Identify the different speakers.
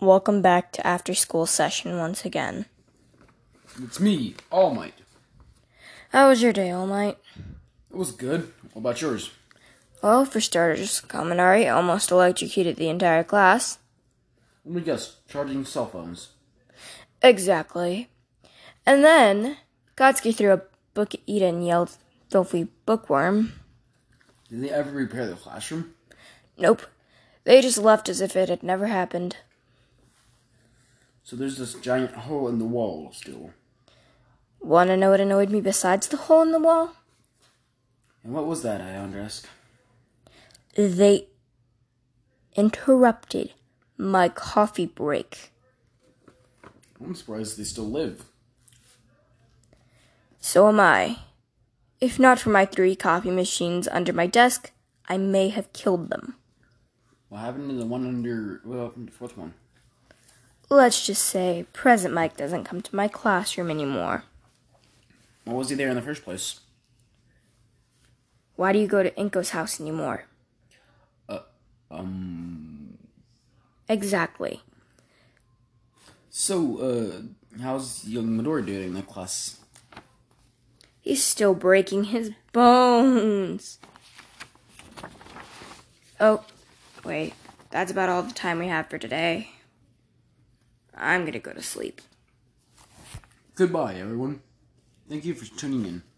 Speaker 1: Welcome back to after school session once again.
Speaker 2: It's me, All Might.
Speaker 1: How was your day, All Might?
Speaker 2: It was good. What about yours?
Speaker 1: Well, for starters, Kaminari almost electrocuted the entire class.
Speaker 2: Let me guess, charging cell phones.
Speaker 1: Exactly. And then, Kotsky threw a book at Ida and yelled, Filthy bookworm.
Speaker 2: Did they ever repair the classroom?
Speaker 1: Nope. They just left as if it had never happened.
Speaker 2: So there's this giant hole in the wall still.
Speaker 1: Wanna know what annoyed me besides the hole in the wall?
Speaker 2: And what was that, I wonder ask?
Speaker 1: They interrupted my coffee break.
Speaker 2: I'm surprised they still live.
Speaker 1: So am I. If not for my three coffee machines under my desk, I may have killed them.
Speaker 2: What happened to the one under, what happened to the fourth one?
Speaker 1: Let's just say present Mike doesn't come to my classroom anymore.
Speaker 2: Why was he there in the first place?
Speaker 1: Why do you go to Inko's house anymore?
Speaker 2: Um,
Speaker 1: Exactly.
Speaker 2: so, uh, how's young Midori doing in that class?
Speaker 1: He's still breaking his bones. Oh, wait. That's about all the time we have for today. I'm gonna go to sleep.
Speaker 2: Goodbye, everyone. Thank you for tuning in.